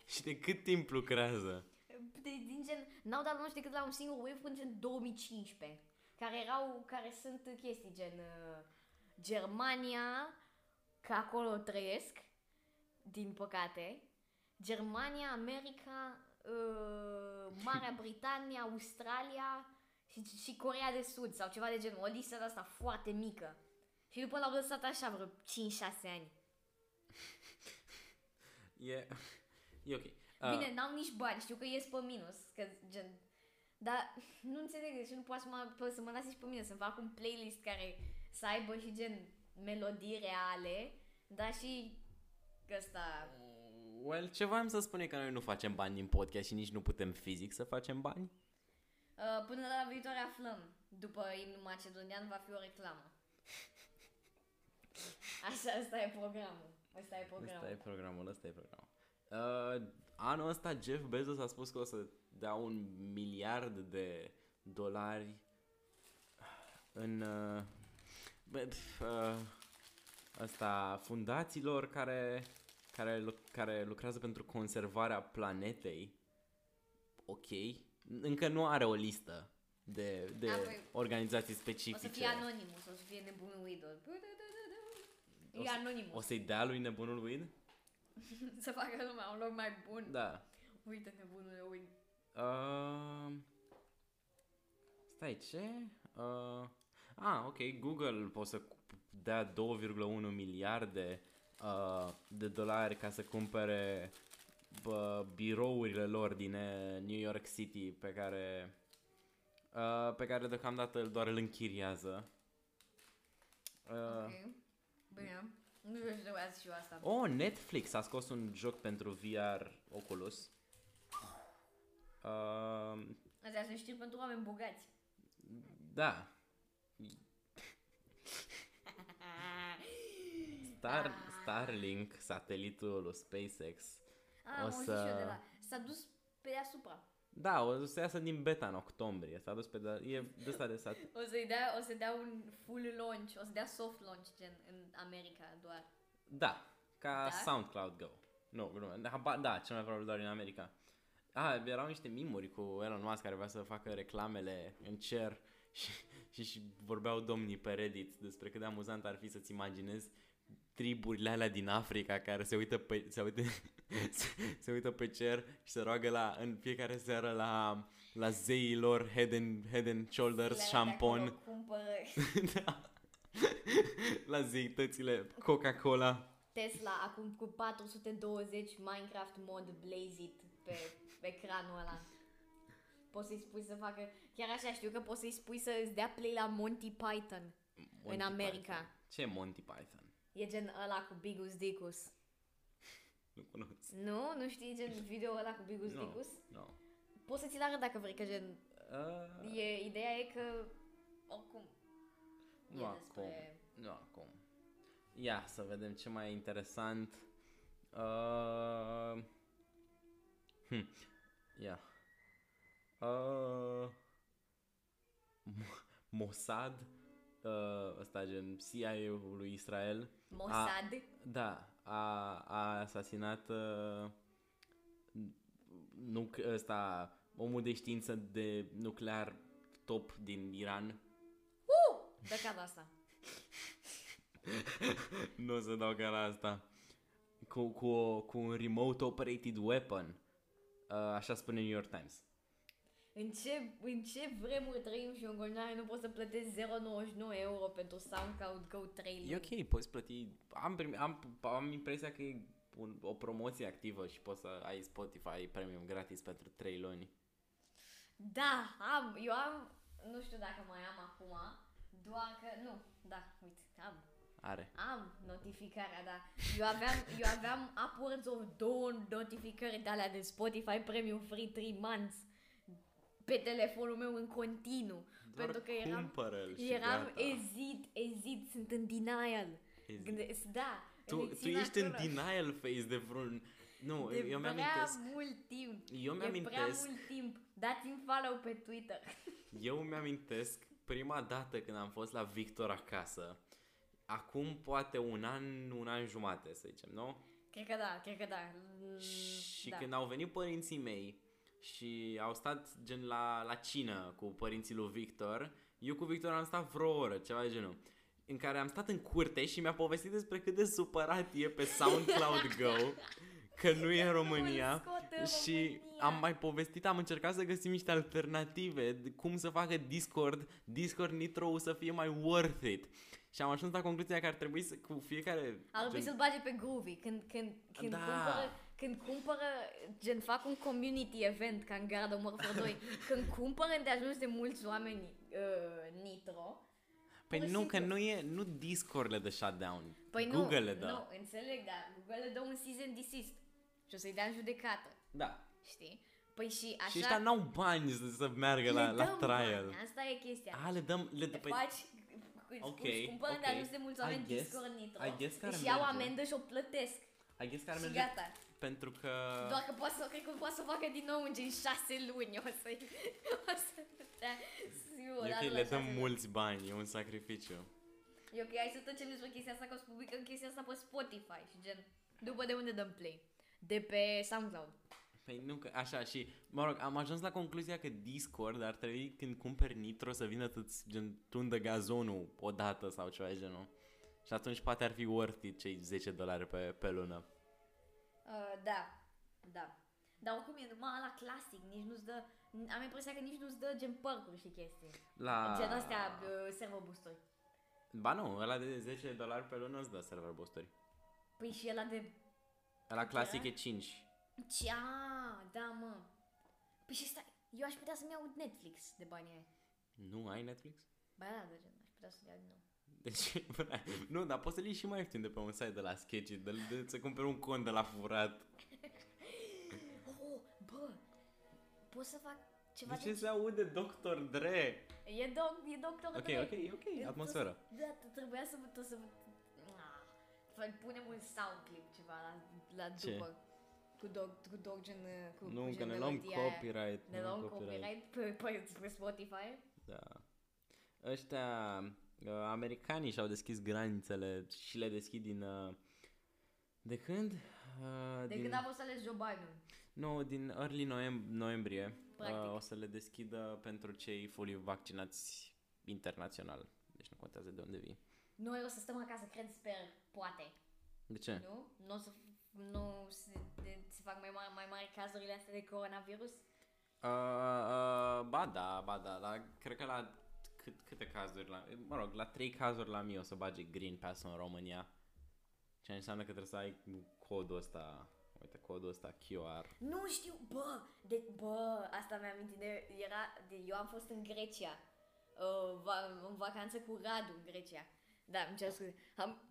Speaker 1: Și de cât timp lucrează?
Speaker 2: de, din gen, n-au dat launch decât la un singur wave până în 2015, care erau, care sunt chestii gen uh, Germania, că acolo trăiesc, din păcate, Germania, America, uh, Marea Britanie, Australia și, și Corea de Sud sau ceva de genul, o listă de asta foarte mică. Și după l-au lăsat așa vreo 5-6 ani.
Speaker 1: E, e ok. Uh,
Speaker 2: Bine, n-au nici bani, știu că ies pe minus, că gen... Dar nu înțeleg de ce nu poate să mă, po- să mă lase și pe mine, să-mi fac un playlist care să aibă și gen melodii reale, dar și ăsta...
Speaker 1: Well, ce voiam să spun e că noi nu facem bani din podcast și nici nu putem fizic să facem bani.
Speaker 2: Uh, până la viitoare aflăm. După imnul macedonian va fi o reclamă. Așa, asta e programul. Asta e programul.
Speaker 1: Ăsta e programul, ăsta e programul. Uh, anul ăsta Jeff Bezos a spus că o să dea un miliard de dolari în uh, bă, pf, uh, ăsta fundațiilor care, care, lu- care lucrează pentru conservarea planetei, ok, încă nu are o listă de, de
Speaker 2: Da, păi,
Speaker 1: organizații
Speaker 2: O să
Speaker 1: specifice.
Speaker 2: fie anonimus, o să fie nebunul Idol.
Speaker 1: O
Speaker 2: E
Speaker 1: să-
Speaker 2: anonimus.
Speaker 1: O să-i dea lui nebunul Weed?
Speaker 2: Să facă lumea un loc mai bun.
Speaker 1: Da.
Speaker 2: Uite nebunule, uite.
Speaker 1: Uh, stai, ce? Uh, ah, ok, Google poate să cu- dea 2,1 miliarde uh, de dolari ca să cumpere bă, birourile lor din eh, New York City pe care, uh, pe care deocamdată doar îl închiriază. Uh,
Speaker 2: Ok. Bine. Nu știu ce trebuia să știu asta.
Speaker 1: Oh, Netflix a scos un joc pentru VR Oculus. Uh,
Speaker 2: Astea sunt știri pentru oameni bogați.
Speaker 1: da. Star,
Speaker 2: Ah.
Speaker 1: Starlink, satelitul lui SpaceX.
Speaker 2: Ah,
Speaker 1: O
Speaker 2: o
Speaker 1: să-
Speaker 2: să... și eu de la... S-a dus pe deasupra.
Speaker 1: Da, o să iasă din beta în octombrie. S-a dus pe de- e de ăsta de sat.
Speaker 2: O să-i dea, o să dea un full launch, o să dea soft launch gen în America doar.
Speaker 1: Da, ca
Speaker 2: Da?
Speaker 1: SoundCloud Go. Nu, glume. Haba- Da, cel mai probabil doar din America. Ah, erau niște mimuri cu Elon Musk care vrea să facă reclamele în cer [LAUGHS] și, și, și vorbeau domnii pe Reddit despre cât de amuzant ar fi să-ți imaginezi triburile alea din Africa care se uită pe, se uită, [LAUGHS] se, se uită pe cer și se roagă la, în fiecare seară la, la zeii lor head and, head and shoulders,
Speaker 2: Zilele de acolo
Speaker 1: șampon,
Speaker 2: Cumpără
Speaker 1: [LAUGHS]
Speaker 2: [LAUGHS]
Speaker 1: da. la zeitățile Coca-Cola.
Speaker 2: Tesla acum cu 420 Minecraft mod blazit pe ecranul ăla. Poți să-i spui să facă... Chiar așa știu că poți să-i spui să îți dea play la Monty Python.
Speaker 1: Monty
Speaker 2: În America.
Speaker 1: Python. Ce e Monty Python?
Speaker 2: E gen ăla cu Bigus Dicus.
Speaker 1: Nu cunosc.
Speaker 2: Nu? Nu știi gen video ăla cu Bigus
Speaker 1: Nu.
Speaker 2: Dicus?
Speaker 1: No.
Speaker 2: Poți să ți-l arăt dacă vrei, că gen...
Speaker 1: Uh,
Speaker 2: E, ideea e că... Oricum... E
Speaker 1: nu acum.
Speaker 2: despre...
Speaker 1: Nu acum. Ia să vedem ce mai e interesant. Uh, hm. Ia. Uh, Mo- Mossad, uh, ăsta gen CIA-ul lui Israel,
Speaker 2: Mossad.
Speaker 1: Da, a, a asasinat uh, nu ăsta omul de știință de nuclear top din Iran. [LAUGHS]
Speaker 2: Uh! Dă cadă asta.
Speaker 1: nu o să dau ca la asta. Cu, cu, o, cu un remote operated weapon. Uh, așa spune New York Times.
Speaker 2: În ce, în ce vremuri trăim și în continuare nu poți să plătești 0,99 euro pentru SoundCloud Go 3 luni.
Speaker 1: E ok, poți plăti. Am, prim, am, am impresia că e un, o promoție activă și poți să ai Spotify premium gratis pentru 3 luni.
Speaker 2: Da, am, eu am, nu știu dacă mai am acum, doar că, nu, da, uite, am,
Speaker 1: Are.
Speaker 2: am notificarea, da. Eu aveam, eu aveam upwards of două notificări de alea de Spotify Premium Free 3 months pe telefonul meu în continuu.
Speaker 1: Doar
Speaker 2: pentru că eram,
Speaker 1: cumpără-l și
Speaker 2: eram
Speaker 1: gata.
Speaker 2: ezit, ezit, sunt în denial.
Speaker 1: Ezit.
Speaker 2: Gândesc, da,
Speaker 1: Tu,
Speaker 2: le
Speaker 1: tu
Speaker 2: țin
Speaker 1: ești în
Speaker 2: acolo.
Speaker 1: denial face de vreun... Nu,
Speaker 2: De
Speaker 1: de eu
Speaker 2: prea
Speaker 1: mi-amintesc.
Speaker 2: mult timp.
Speaker 1: Eu
Speaker 2: De prea
Speaker 1: mi-amintesc.
Speaker 2: mult timp. Dați-mi follow pe Twitter. [LAUGHS]
Speaker 1: Eu mi-amintesc prima dată când am fost la Victor acasă. Acum poate un an, un an jumate, să zicem, nu?
Speaker 2: Cred că da, cred că da. Mm,
Speaker 1: și
Speaker 2: da.
Speaker 1: când au venit părinții mei și au stat gen la, la cină cu părinții lui Victor, eu cu Victor am stat vreo oră, ceva de genul, în care am stat în curte și mi-a povestit despre cât de supărat e pe
Speaker 2: [LAUGHS]
Speaker 1: SoundCloud Go că nu e în România.
Speaker 2: Nu-l scot în
Speaker 1: Și
Speaker 2: România.
Speaker 1: am mai povestit, am încercat să găsim niște alternative, de cum să facă Discord, Discord Nitro să fie mai worth it. Și am ajuns la concluzia că ar trebui să, cu fiecare...
Speaker 2: Ar trebui
Speaker 1: gen-
Speaker 2: să-l bage pe Groovy când, când, când,
Speaker 1: Da.
Speaker 2: cumpără, când cumpără, gen fac un community event ca în Garda
Speaker 1: [LAUGHS]
Speaker 2: Mărfă 2, când cumpără de ajuns de mulți oameni uh, Nitro, pur
Speaker 1: Păi
Speaker 2: și
Speaker 1: nu, că
Speaker 2: simplu.
Speaker 1: nu e, nu Discord le dă shutdown,
Speaker 2: păi
Speaker 1: Google
Speaker 2: nu,
Speaker 1: le dă.
Speaker 2: nu, înțeleg, dar Google le dă un season desist și o să-i dea în judecată,
Speaker 1: Da.
Speaker 2: știi? Păi și așa...
Speaker 1: Și ăștia n-au bani să, să meargă
Speaker 2: le
Speaker 1: la, la
Speaker 2: dăm
Speaker 1: trial.
Speaker 2: Bani, asta e chestia.
Speaker 1: A, le dăm, le dăm,
Speaker 2: Te
Speaker 1: păi,
Speaker 2: faci ok,
Speaker 1: ok,
Speaker 2: îți cumpără
Speaker 1: ok.
Speaker 2: de ajuns de mulți
Speaker 1: I
Speaker 2: oameni
Speaker 1: guess-
Speaker 2: Discord Nitro
Speaker 1: I guess că ar
Speaker 2: și iau
Speaker 1: merge.
Speaker 2: amendă și o plătesc
Speaker 1: I guess că ar
Speaker 2: și
Speaker 1: merge
Speaker 2: gata.
Speaker 1: pentru că...
Speaker 2: Doar că poate să, cred că poate să o facă din nou în gen șase luni, o să o să dea ziua,
Speaker 1: E
Speaker 2: darul
Speaker 1: ok,
Speaker 2: la
Speaker 1: le dăm
Speaker 2: șase luni.
Speaker 1: mulți bani, e un sacrificiu.
Speaker 2: E ok, hai să tăcem despre chestia asta, că o să publicăm chestia asta pe Spotify și gen, După de unde dăm play? De pe SoundCloud.
Speaker 1: Păi nu, că așa și, mă rog, am ajuns la concluzia că Discord ar trebui când cumperi Nitro să vină să-ți gen, tundă gazonul o dată sau ceva de genul. Și atunci poate ar fi worth it cei 10 dolari pe, pe lună.
Speaker 2: Uh, da, da. Dar oricum e numai la clasic, nici nu-ți dă... Am impresia că nici nu-ți dă gen perk și chestii.
Speaker 1: La...
Speaker 2: Gen astea, uh, server boosturi.
Speaker 1: Ba nu, ăla de 10 dolari pe lună îți dă server boosturi.
Speaker 2: Păi și ăla de...
Speaker 1: Ăla clasic e 5.
Speaker 2: Cea, da, mă. Păi și stai, eu aș putea să-mi iau Netflix de banii aia.
Speaker 1: Nu ai Netflix?
Speaker 2: Ba da, dar gen, aș putea să-l iau din nou.
Speaker 1: Deci, [LAUGHS] nu, dar poți să-l iei și mai ieftin de pe un site de la Sketchy, de, de, să cumperi un cont de la furat.
Speaker 2: Oh, bă, pot să fac ceva
Speaker 1: De ce
Speaker 2: de...
Speaker 1: se aude Dr. Dre?
Speaker 2: E, doc, e doctor
Speaker 1: Ok,
Speaker 2: Dre.
Speaker 1: ok, e ok,
Speaker 2: Eu
Speaker 1: atmosferă.
Speaker 2: tot- Da, tot trebuia să vă, tot să vă... Ah, fă- punem un sound clip ceva la, la
Speaker 1: Ce?
Speaker 2: după. Cu dog, cu dog gen... uh, Cu, cu
Speaker 1: Nu,
Speaker 2: gen
Speaker 1: că ne luăm
Speaker 2: melodia aia.
Speaker 1: copyright.
Speaker 2: Ne luăm copyright pe, pe, pe Spotify.
Speaker 1: Da. Ăștia, uh, americanii și-au deschis granițele și le deschid din... Uh, de când? Uh,
Speaker 2: De
Speaker 1: din,
Speaker 2: când a fost ales Joe Biden.
Speaker 1: Nu, din early noem- noiembrie.
Speaker 2: Practic.
Speaker 1: Uh, o să le deschidă pentru cei fully vaccinați internațional. Deci nu contează de unde vii.
Speaker 2: Noi o să stăm acasă, cred, sper, poate.
Speaker 1: De ce?
Speaker 2: Nu? Nu o să nu se, de, se fac mai mari, mai mari cazurile astea de coronavirus?
Speaker 1: Uh, uh, ba da, ba da, la, cred că la cât, câte cazuri, la, mă rog, la trei cazuri la mie o să bage Green Pass în România. Ce înseamnă că trebuie să ai codul ăsta, uite, codul ăsta QR.
Speaker 2: Nu știu, bă, de, bă, asta mi-am amintit de, era, de, eu am fost în Grecia, uh, va, în vacanță cu Radu în Grecia. Da, îmi cer scuze. Am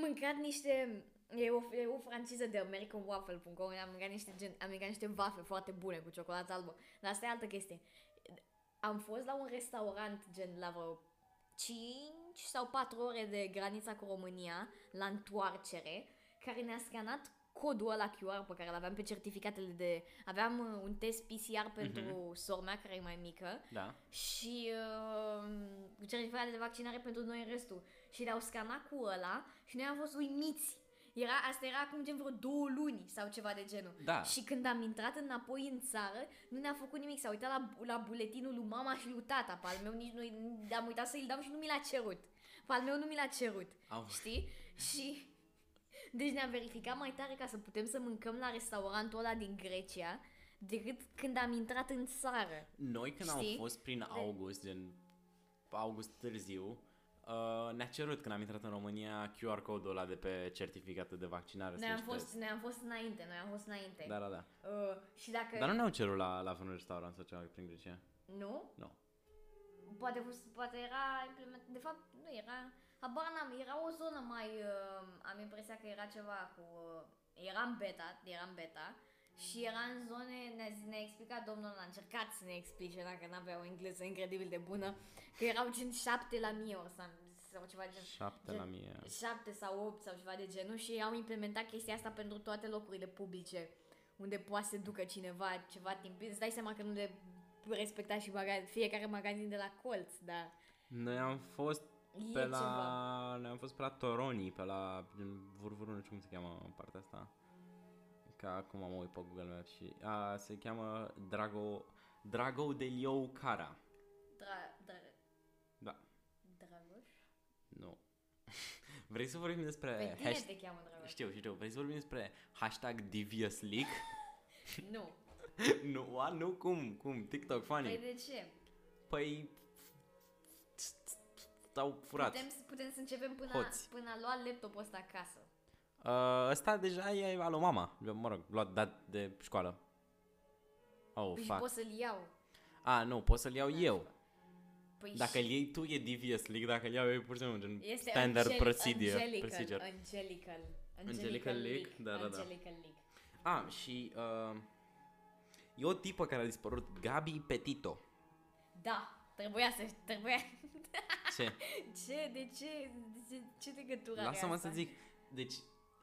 Speaker 2: mâncat niște, e o, e o franciză de AmericanWaffle.com, am mâncat niște, gen, am mâncat niște waffle foarte bune cu ciocolată albă, dar asta e altă chestie. Am fost la un restaurant, gen, la vreo 5 sau 4 ore de granița cu România, la întoarcere, care ne-a scanat codul ăla QR pe care îl aveam pe certificatele de... Aveam uh, un test PCR pentru uh-huh. sora mea, care e mai mică,
Speaker 1: Da.
Speaker 2: și uh, certificatele de vaccinare pentru noi restul. Și le-au scanat cu ăla și noi am fost uimiți. Era, asta era acum gen vreo două luni sau ceva de genul.
Speaker 1: Da.
Speaker 2: Și când am intrat înapoi în țară, nu ne-a făcut nimic. S-a uitat la, la buletinul lui mama și lui tata. Pe al meu nici nu am uitat să-i dau și nu mi l-a cerut. Pe al meu nu mi l-a cerut.
Speaker 1: Au.
Speaker 2: Știi? Și... [LAUGHS] Deci ne-am verificat mai tare ca să putem să mâncăm la restaurantul ăla din Grecia decât când am intrat în țară.
Speaker 1: Noi când
Speaker 2: Știi?
Speaker 1: am fost prin august, gen august târziu, uh, ne-a cerut când am intrat în România QR code-ul ăla de pe certificatul de vaccinare.
Speaker 2: Noi
Speaker 1: slash
Speaker 2: am, fost,
Speaker 1: test.
Speaker 2: noi am fost înainte, noi am fost înainte.
Speaker 1: Da, da, da.
Speaker 2: Uh, și dacă...
Speaker 1: Dar nu ne-au cerut la, la vreun restaurant sau ceva prin Grecia.
Speaker 2: Nu?
Speaker 1: Nu.
Speaker 2: Poate, a fost- poate era implementat... De fapt, nu era... Habar n-am, era o zonă mai... Uh, am impresia că era ceva cu... Uh, era în beta, era în beta. Și era în zone, ne-a, zis- ne-a explicat domnul ăla, a încercat să ne explice, dacă n-avea o engleză incredibil de bună, că erau gen șapte la mie ori sau, sau ceva gen...
Speaker 1: Șapte
Speaker 2: gen-
Speaker 1: la mie.
Speaker 2: 7 sau 8 sau ceva de genul și au implementat chestia asta pentru toate locurile publice unde poate să ducă cineva ceva timp. Îți dai seama că nu le respecta și maga- fiecare magazin de la colț, da. dar
Speaker 1: Noi am fost
Speaker 2: e
Speaker 1: pe
Speaker 2: ceva.
Speaker 1: la... Noi am fost pe la Toroni, pe la gen, Vurvuru, nu știu cum se cheamă partea asta. Ca acum mă uit pe Google Maps și... A, se cheamă Drago... Drago de Liou Cara.
Speaker 2: Dra- dra-
Speaker 1: Da, Eh,
Speaker 2: Dragoș?
Speaker 1: nu. [LAUGHS] Vrei să vorbim
Speaker 2: Pe
Speaker 1: despre...
Speaker 2: tine te cheamă
Speaker 1: [LAUGHS]
Speaker 2: Dragoș.
Speaker 1: Știu, știu. Vrei să vorbim despre hashtag Devious League? [LAUGHS]
Speaker 2: Nu.
Speaker 1: nu, a, nu, cum, cum? TikTok
Speaker 2: Păi
Speaker 1: funny.
Speaker 2: de ce?
Speaker 1: Păi... T-au furat.
Speaker 2: Putem, să- putem să începem până,
Speaker 1: Hoți.
Speaker 2: până a lua laptopul ăsta acasă.
Speaker 1: Uh, ăsta deja e al lui mama, mă rog, luat dat de școală. Oh,
Speaker 2: Păi și
Speaker 1: fuck.
Speaker 2: pot să-l iau.
Speaker 1: A, nu, pot să-l iau eu.
Speaker 2: Păi
Speaker 1: Dacă îl
Speaker 2: și
Speaker 1: iei tu e devious league, dacă îl iau eu e pur și simplu gen
Speaker 2: este
Speaker 1: standard
Speaker 2: angelic-
Speaker 1: procedure.
Speaker 2: angelical,
Speaker 1: procedure.
Speaker 2: Angelical.
Speaker 1: Angelical League, da, da, da.
Speaker 2: Angelical League.
Speaker 1: A, și uh, e o tipă care a dispărut, Gabi Petito.
Speaker 2: Da, trebuia să... Trebuia...
Speaker 1: Ce?
Speaker 2: Ce? De ce? De ce, ce legătură are
Speaker 1: Lasă-mă
Speaker 2: asta?
Speaker 1: să zic. Deci,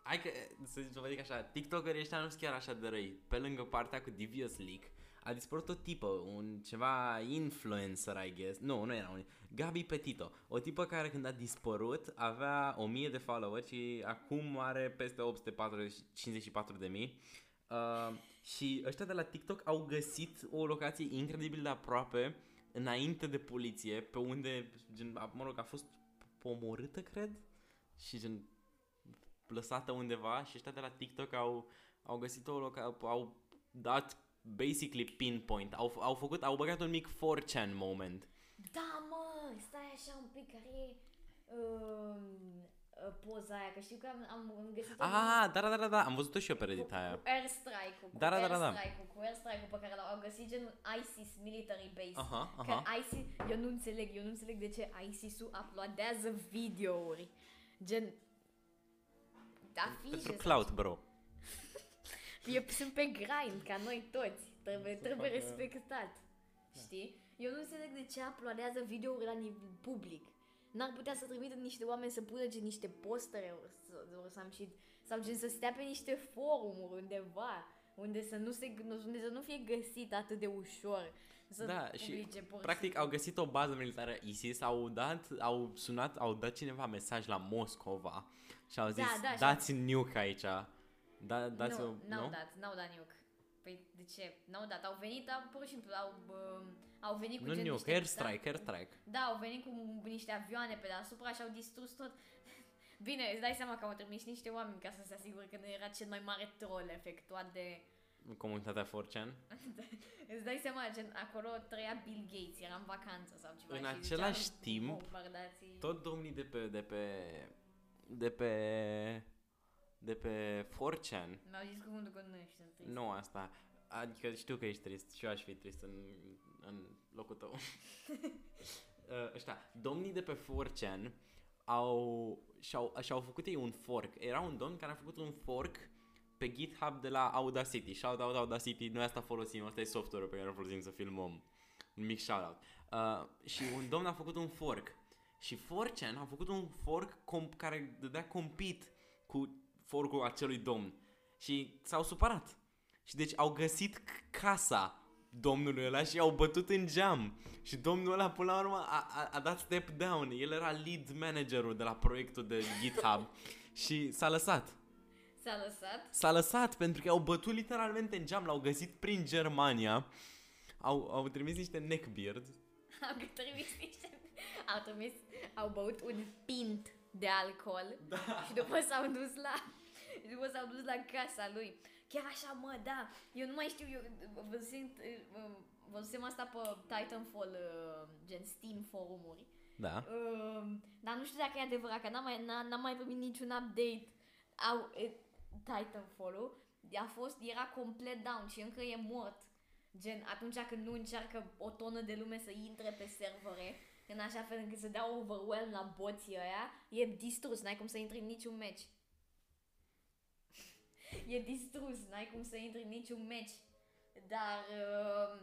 Speaker 1: hai că, să, zic, să vă zic așa, TikTokerii ăștia nu sunt chiar așa de răi. Pe lângă partea cu Devious League, a dispărut o tipă, un ceva influencer, I guess. Nu, nu era un... Gabi Petito. O tipă care când a dispărut avea 1000 de followeri și acum are peste 854 de mii. Uh, și ăștia de la TikTok au găsit o locație incredibil de aproape înainte de poliție, pe unde, gen, a- mă rog, a fost pomorâtă, cred, și gen lăsată undeva și ăștia de la TikTok au, au găsit o loca- au dat basically pinpoint, au, f- au făcut, au băgat un mic 4chan moment.
Speaker 2: Da, mă, stai așa un pic, care e um, poza aia, că știu că am, am, am găsit-o
Speaker 1: Ah, da, da, da, da, da, am văzut-o și eu pe
Speaker 2: cu,
Speaker 1: Reddit aia.
Speaker 2: cu airstrike-ul, cu
Speaker 1: Da, da, da, da, da.
Speaker 2: airstrike-ul, cu airstrike-ul pe care l-au găsit genul ISIS Military Base.
Speaker 1: Aha, aha.
Speaker 2: Că ISIS, eu nu înțeleg, eu nu înțeleg de ce ISIS-ul uploadează videouri. Gen, da,
Speaker 1: Pentru
Speaker 2: afișe,
Speaker 1: cloud, bro.
Speaker 2: eu sunt pe grind, ca noi toți, trebuie,
Speaker 1: Să
Speaker 2: trebuie
Speaker 1: facă- Da.
Speaker 2: respectat, știi? Eu nu înțeleg de ce uploadează videouri la nivel public. N-ar putea să trimită niște oameni să pună gen niște postere ori să, ori să am și, sau gen să stea pe niște forumuri undeva, unde să nu, se, unde să nu fie găsit atât de ușor. Să
Speaker 1: Da, și
Speaker 2: publice pur și
Speaker 1: Practic au găsit o bază militară ISIS, au dat, au sunat, au dat cineva mesaj la Moscova și au zis,
Speaker 2: da, și-
Speaker 1: dați nuke aici. Da, dați
Speaker 2: nu, n-au
Speaker 1: nu?
Speaker 2: dat, n-au dat nuke. Păi de ce? N-au dat, au venit, au, pur și simplu, au, uh, au venit cu
Speaker 1: Nu
Speaker 2: gen
Speaker 1: nuke,
Speaker 2: niște...
Speaker 1: airstrike, airstrike.
Speaker 2: Da, au venit cu niște avioane pe deasupra și au distrus tot. [LAUGHS] Bine, îți dai seama că au trimis niște oameni ca să se asigure că nu era cel mai mare troll efectuat de...
Speaker 1: Comunitatea 4chan.
Speaker 2: Îți dai seama, gen, acolo trăia Bill Gates, era în vacanță sau ceva.
Speaker 1: În
Speaker 2: și
Speaker 1: același
Speaker 2: ziceam,
Speaker 1: timp,
Speaker 2: bombardații.
Speaker 1: Tot domnii de pe, de pe, de pe, de pe 4chan
Speaker 2: Mi-au zis cuvântul că nu ești în trist.
Speaker 1: Nu asta. Adică știu că ești trist și eu aș fi trist în, în locul tău. uh, ăștia, domnii de pe 4chan au, și-au, și-au făcut ei un fork. Era un domn care a făcut un fork pe GitHub de la Audacity. Shout out Audacity, noi asta folosim, asta e software pe care îl folosim să filmăm. Un mic shout out. Uh, și un domn a făcut un fork. Și 4chan a făcut un fork comp- care dădea compit cu forcul acelui domn. Și s-au supărat. Și deci au găsit c- casa domnului ăla și au bătut în geam. Și domnul ăla până la urmă a, a, a dat step down. El era lead managerul de la proiectul de GitHub. și s-a lăsat.
Speaker 2: S-a lăsat?
Speaker 1: S-a lăsat pentru că au bătut literalmente în geam, l-au găsit prin Germania. Au, au trimis niște neckbeard.
Speaker 2: Au trimis niște... Au trimis... Au băut un pint de alcool.
Speaker 1: Da.
Speaker 2: Și după s-au dus la și după s-au dus la casa lui. Chiar așa, mă, da. Eu nu mai știu, eu văzusem, văzusem asta pe Titanfall, uh, gen Steam forumuri.
Speaker 1: Da.
Speaker 2: Uh, Dar nu știu dacă e adevărat, că n-am mai, n-am, n-am mai primit niciun update. Au, eh, Titanfall-ul a fost, era complet down și încă e mort. Gen, atunci când nu încearcă o tonă de lume să intre pe servere, în așa fel încât să dea overwhelm la boții ăia, e distrus, n-ai cum să intri în niciun meci. [LAUGHS] e distrus, n-ai cum să intri în niciun meci. Dar... Uh,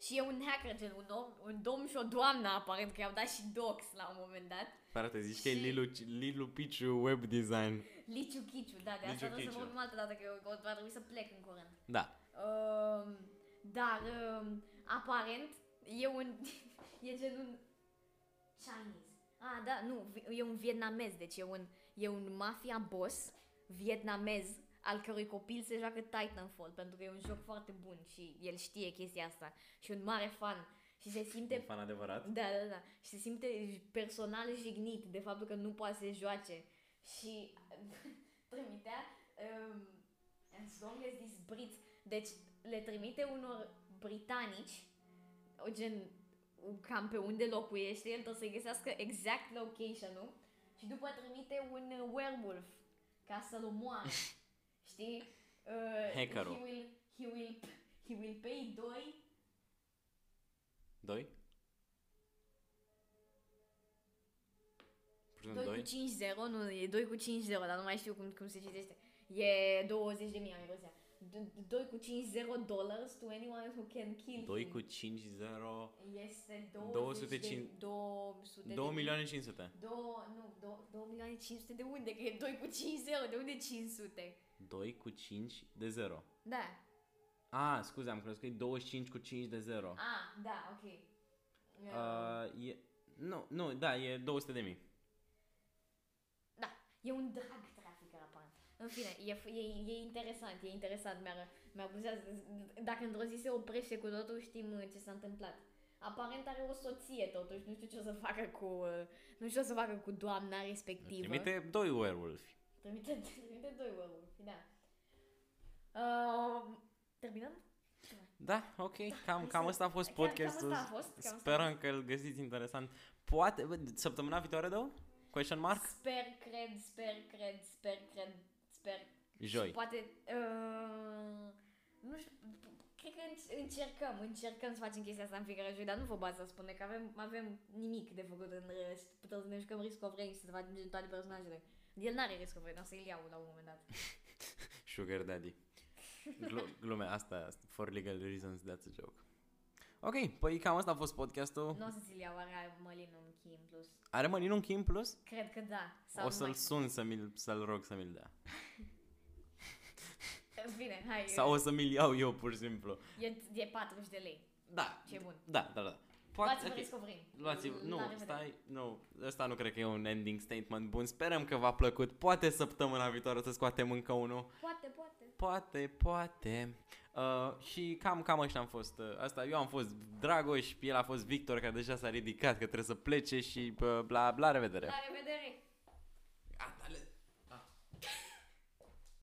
Speaker 2: și e un hacker, gen un om, un domn și o doamnă, aparent, că i-au dat și dox la un moment dat.
Speaker 1: Frate, zici că e
Speaker 2: Și-
Speaker 1: Lilu, Lilu Piciu web design.
Speaker 2: Liciu Chiciu, da, de asta
Speaker 1: Liciu
Speaker 2: trebuie să
Speaker 1: Chiciu.
Speaker 2: vorbim altă dată, că eu că va trebui să plec în curând.
Speaker 1: Da.
Speaker 2: Um, dar, um, aparent, e un... [LAUGHS] e gen un... Chinese. Ah, da, nu, vi- e un vietnamez, deci e un, e un mafia boss vietnamez al cărui copil se joacă Titanfall, pentru că e un joc foarte bun și el știe chestia asta și e un mare fan și se simte
Speaker 1: fan adevărat.
Speaker 2: da, da, da. Și se simte personal jignit de faptul că nu poate să joace. Și [LAUGHS] trimitea um, as long as these Brits. Deci le trimite unor britanici, o gen cam pe unde locuiește, el trebuie să-i găsească exact location-ul și după trimite un uh, werewolf ca să-l
Speaker 1: [LAUGHS]
Speaker 2: omoare. Știi? Uh,
Speaker 1: Hackerul.
Speaker 2: He will, he will, he will pay 2
Speaker 1: Doi? Pur și simplu
Speaker 2: 2 cu
Speaker 1: doi?
Speaker 2: 5-0, nu, e 2 cu 5-0, dar nu mai știu cum, cum se citește. E 20 de é mii, am impresia. 2 cu 5-0 dollars to anyone who can kill
Speaker 1: 2
Speaker 2: him.
Speaker 1: cu 5, 0...
Speaker 2: Este
Speaker 1: 200
Speaker 2: 20
Speaker 1: cin-
Speaker 2: é de... 200 de
Speaker 1: 2
Speaker 2: mii.
Speaker 1: milioane 500.
Speaker 2: 2, nu, 2, 2 milioane 500 de unde? Că e 2 cu 5-0, de unde 500?
Speaker 1: 2 cu 5 de 0.
Speaker 2: Da.
Speaker 1: A, scuze, am crezut că e 25 cu 5 de 0.
Speaker 2: Ah, da, ok. Uh,
Speaker 1: Uh, e... Nu, nu, da, e 200 de mii.
Speaker 2: da, e un drag trafic aparent. În fine, e, f- e, e interesant, e interesant, mi-ar, mi-ar plăcea să- Dacă într-o zi se oprește cu totul, știm uh, ce s-a întâmplat. Aparent are o soție totuși, nu știu ce o să facă cu, uh, nu știu ce o să facă cu doamna respectivă.
Speaker 1: Trimite doi werewolfi.
Speaker 2: Trimite, trimite doi oameni, da. Uh, terminăm?
Speaker 1: Da, ok, cam,
Speaker 2: hai
Speaker 1: cam
Speaker 2: să-
Speaker 1: asta a fost
Speaker 2: cam- cam
Speaker 1: podcastul.
Speaker 2: asta a fost, cam asta a
Speaker 1: Sperăm că îl găsiți interesant. Poate, bă, săptămâna viitoare, dau? Question mark?
Speaker 2: Sper, cred, sper, cred, sper, cred, sper. Și
Speaker 1: Joi.
Speaker 2: poate, uh, nu știu, cred că înc- încercăm, încercăm să facem chestia asta în fiecare joi, dar nu vă bați să spune că avem, avem nimic de făcut în rest. Putem să ne jucăm Risk of Rain și să facem gen toate personajele. El n-are Risk of Rain, o să-l iau la un moment dat.
Speaker 1: Sugar Daddy.
Speaker 2: [LAUGHS]
Speaker 1: Glu- glume, asta, for legal reasons, that's a joke. Ok, păi cam asta a fost podcastul.
Speaker 2: Nu o să ți-l iau, are Mălin un key în plus.
Speaker 1: Are mă un Kim plus?
Speaker 2: Cred că da.
Speaker 1: o să-l
Speaker 2: mai- [LAUGHS]
Speaker 1: sun să mi să-l rog să mi-l dea.
Speaker 2: În fine, hai.
Speaker 1: Sau o să mi-l iau eu, pur și simplu.
Speaker 2: E, e 40 de lei.
Speaker 1: Da.
Speaker 2: Ce bun.
Speaker 1: Da, da, da. ok.
Speaker 2: Luați-vă okay. descoperim.
Speaker 1: Luați-vă, nu,
Speaker 2: Mm, La revedere.
Speaker 1: stai, nu, ăsta nu cred că e un ending statement bun, sperăm că v-a plăcut, poate săptămâna viitoare o să scoatem încă unul,
Speaker 2: Poate, poate.
Speaker 1: poate, poate, uh, și cam, cam ăștia am fost, uh, asta, eu am fost Dragoș, el a fost Victor, care deja s-a ridicat, că trebuie să plece și uh, bla, la revedere!
Speaker 2: La revedere.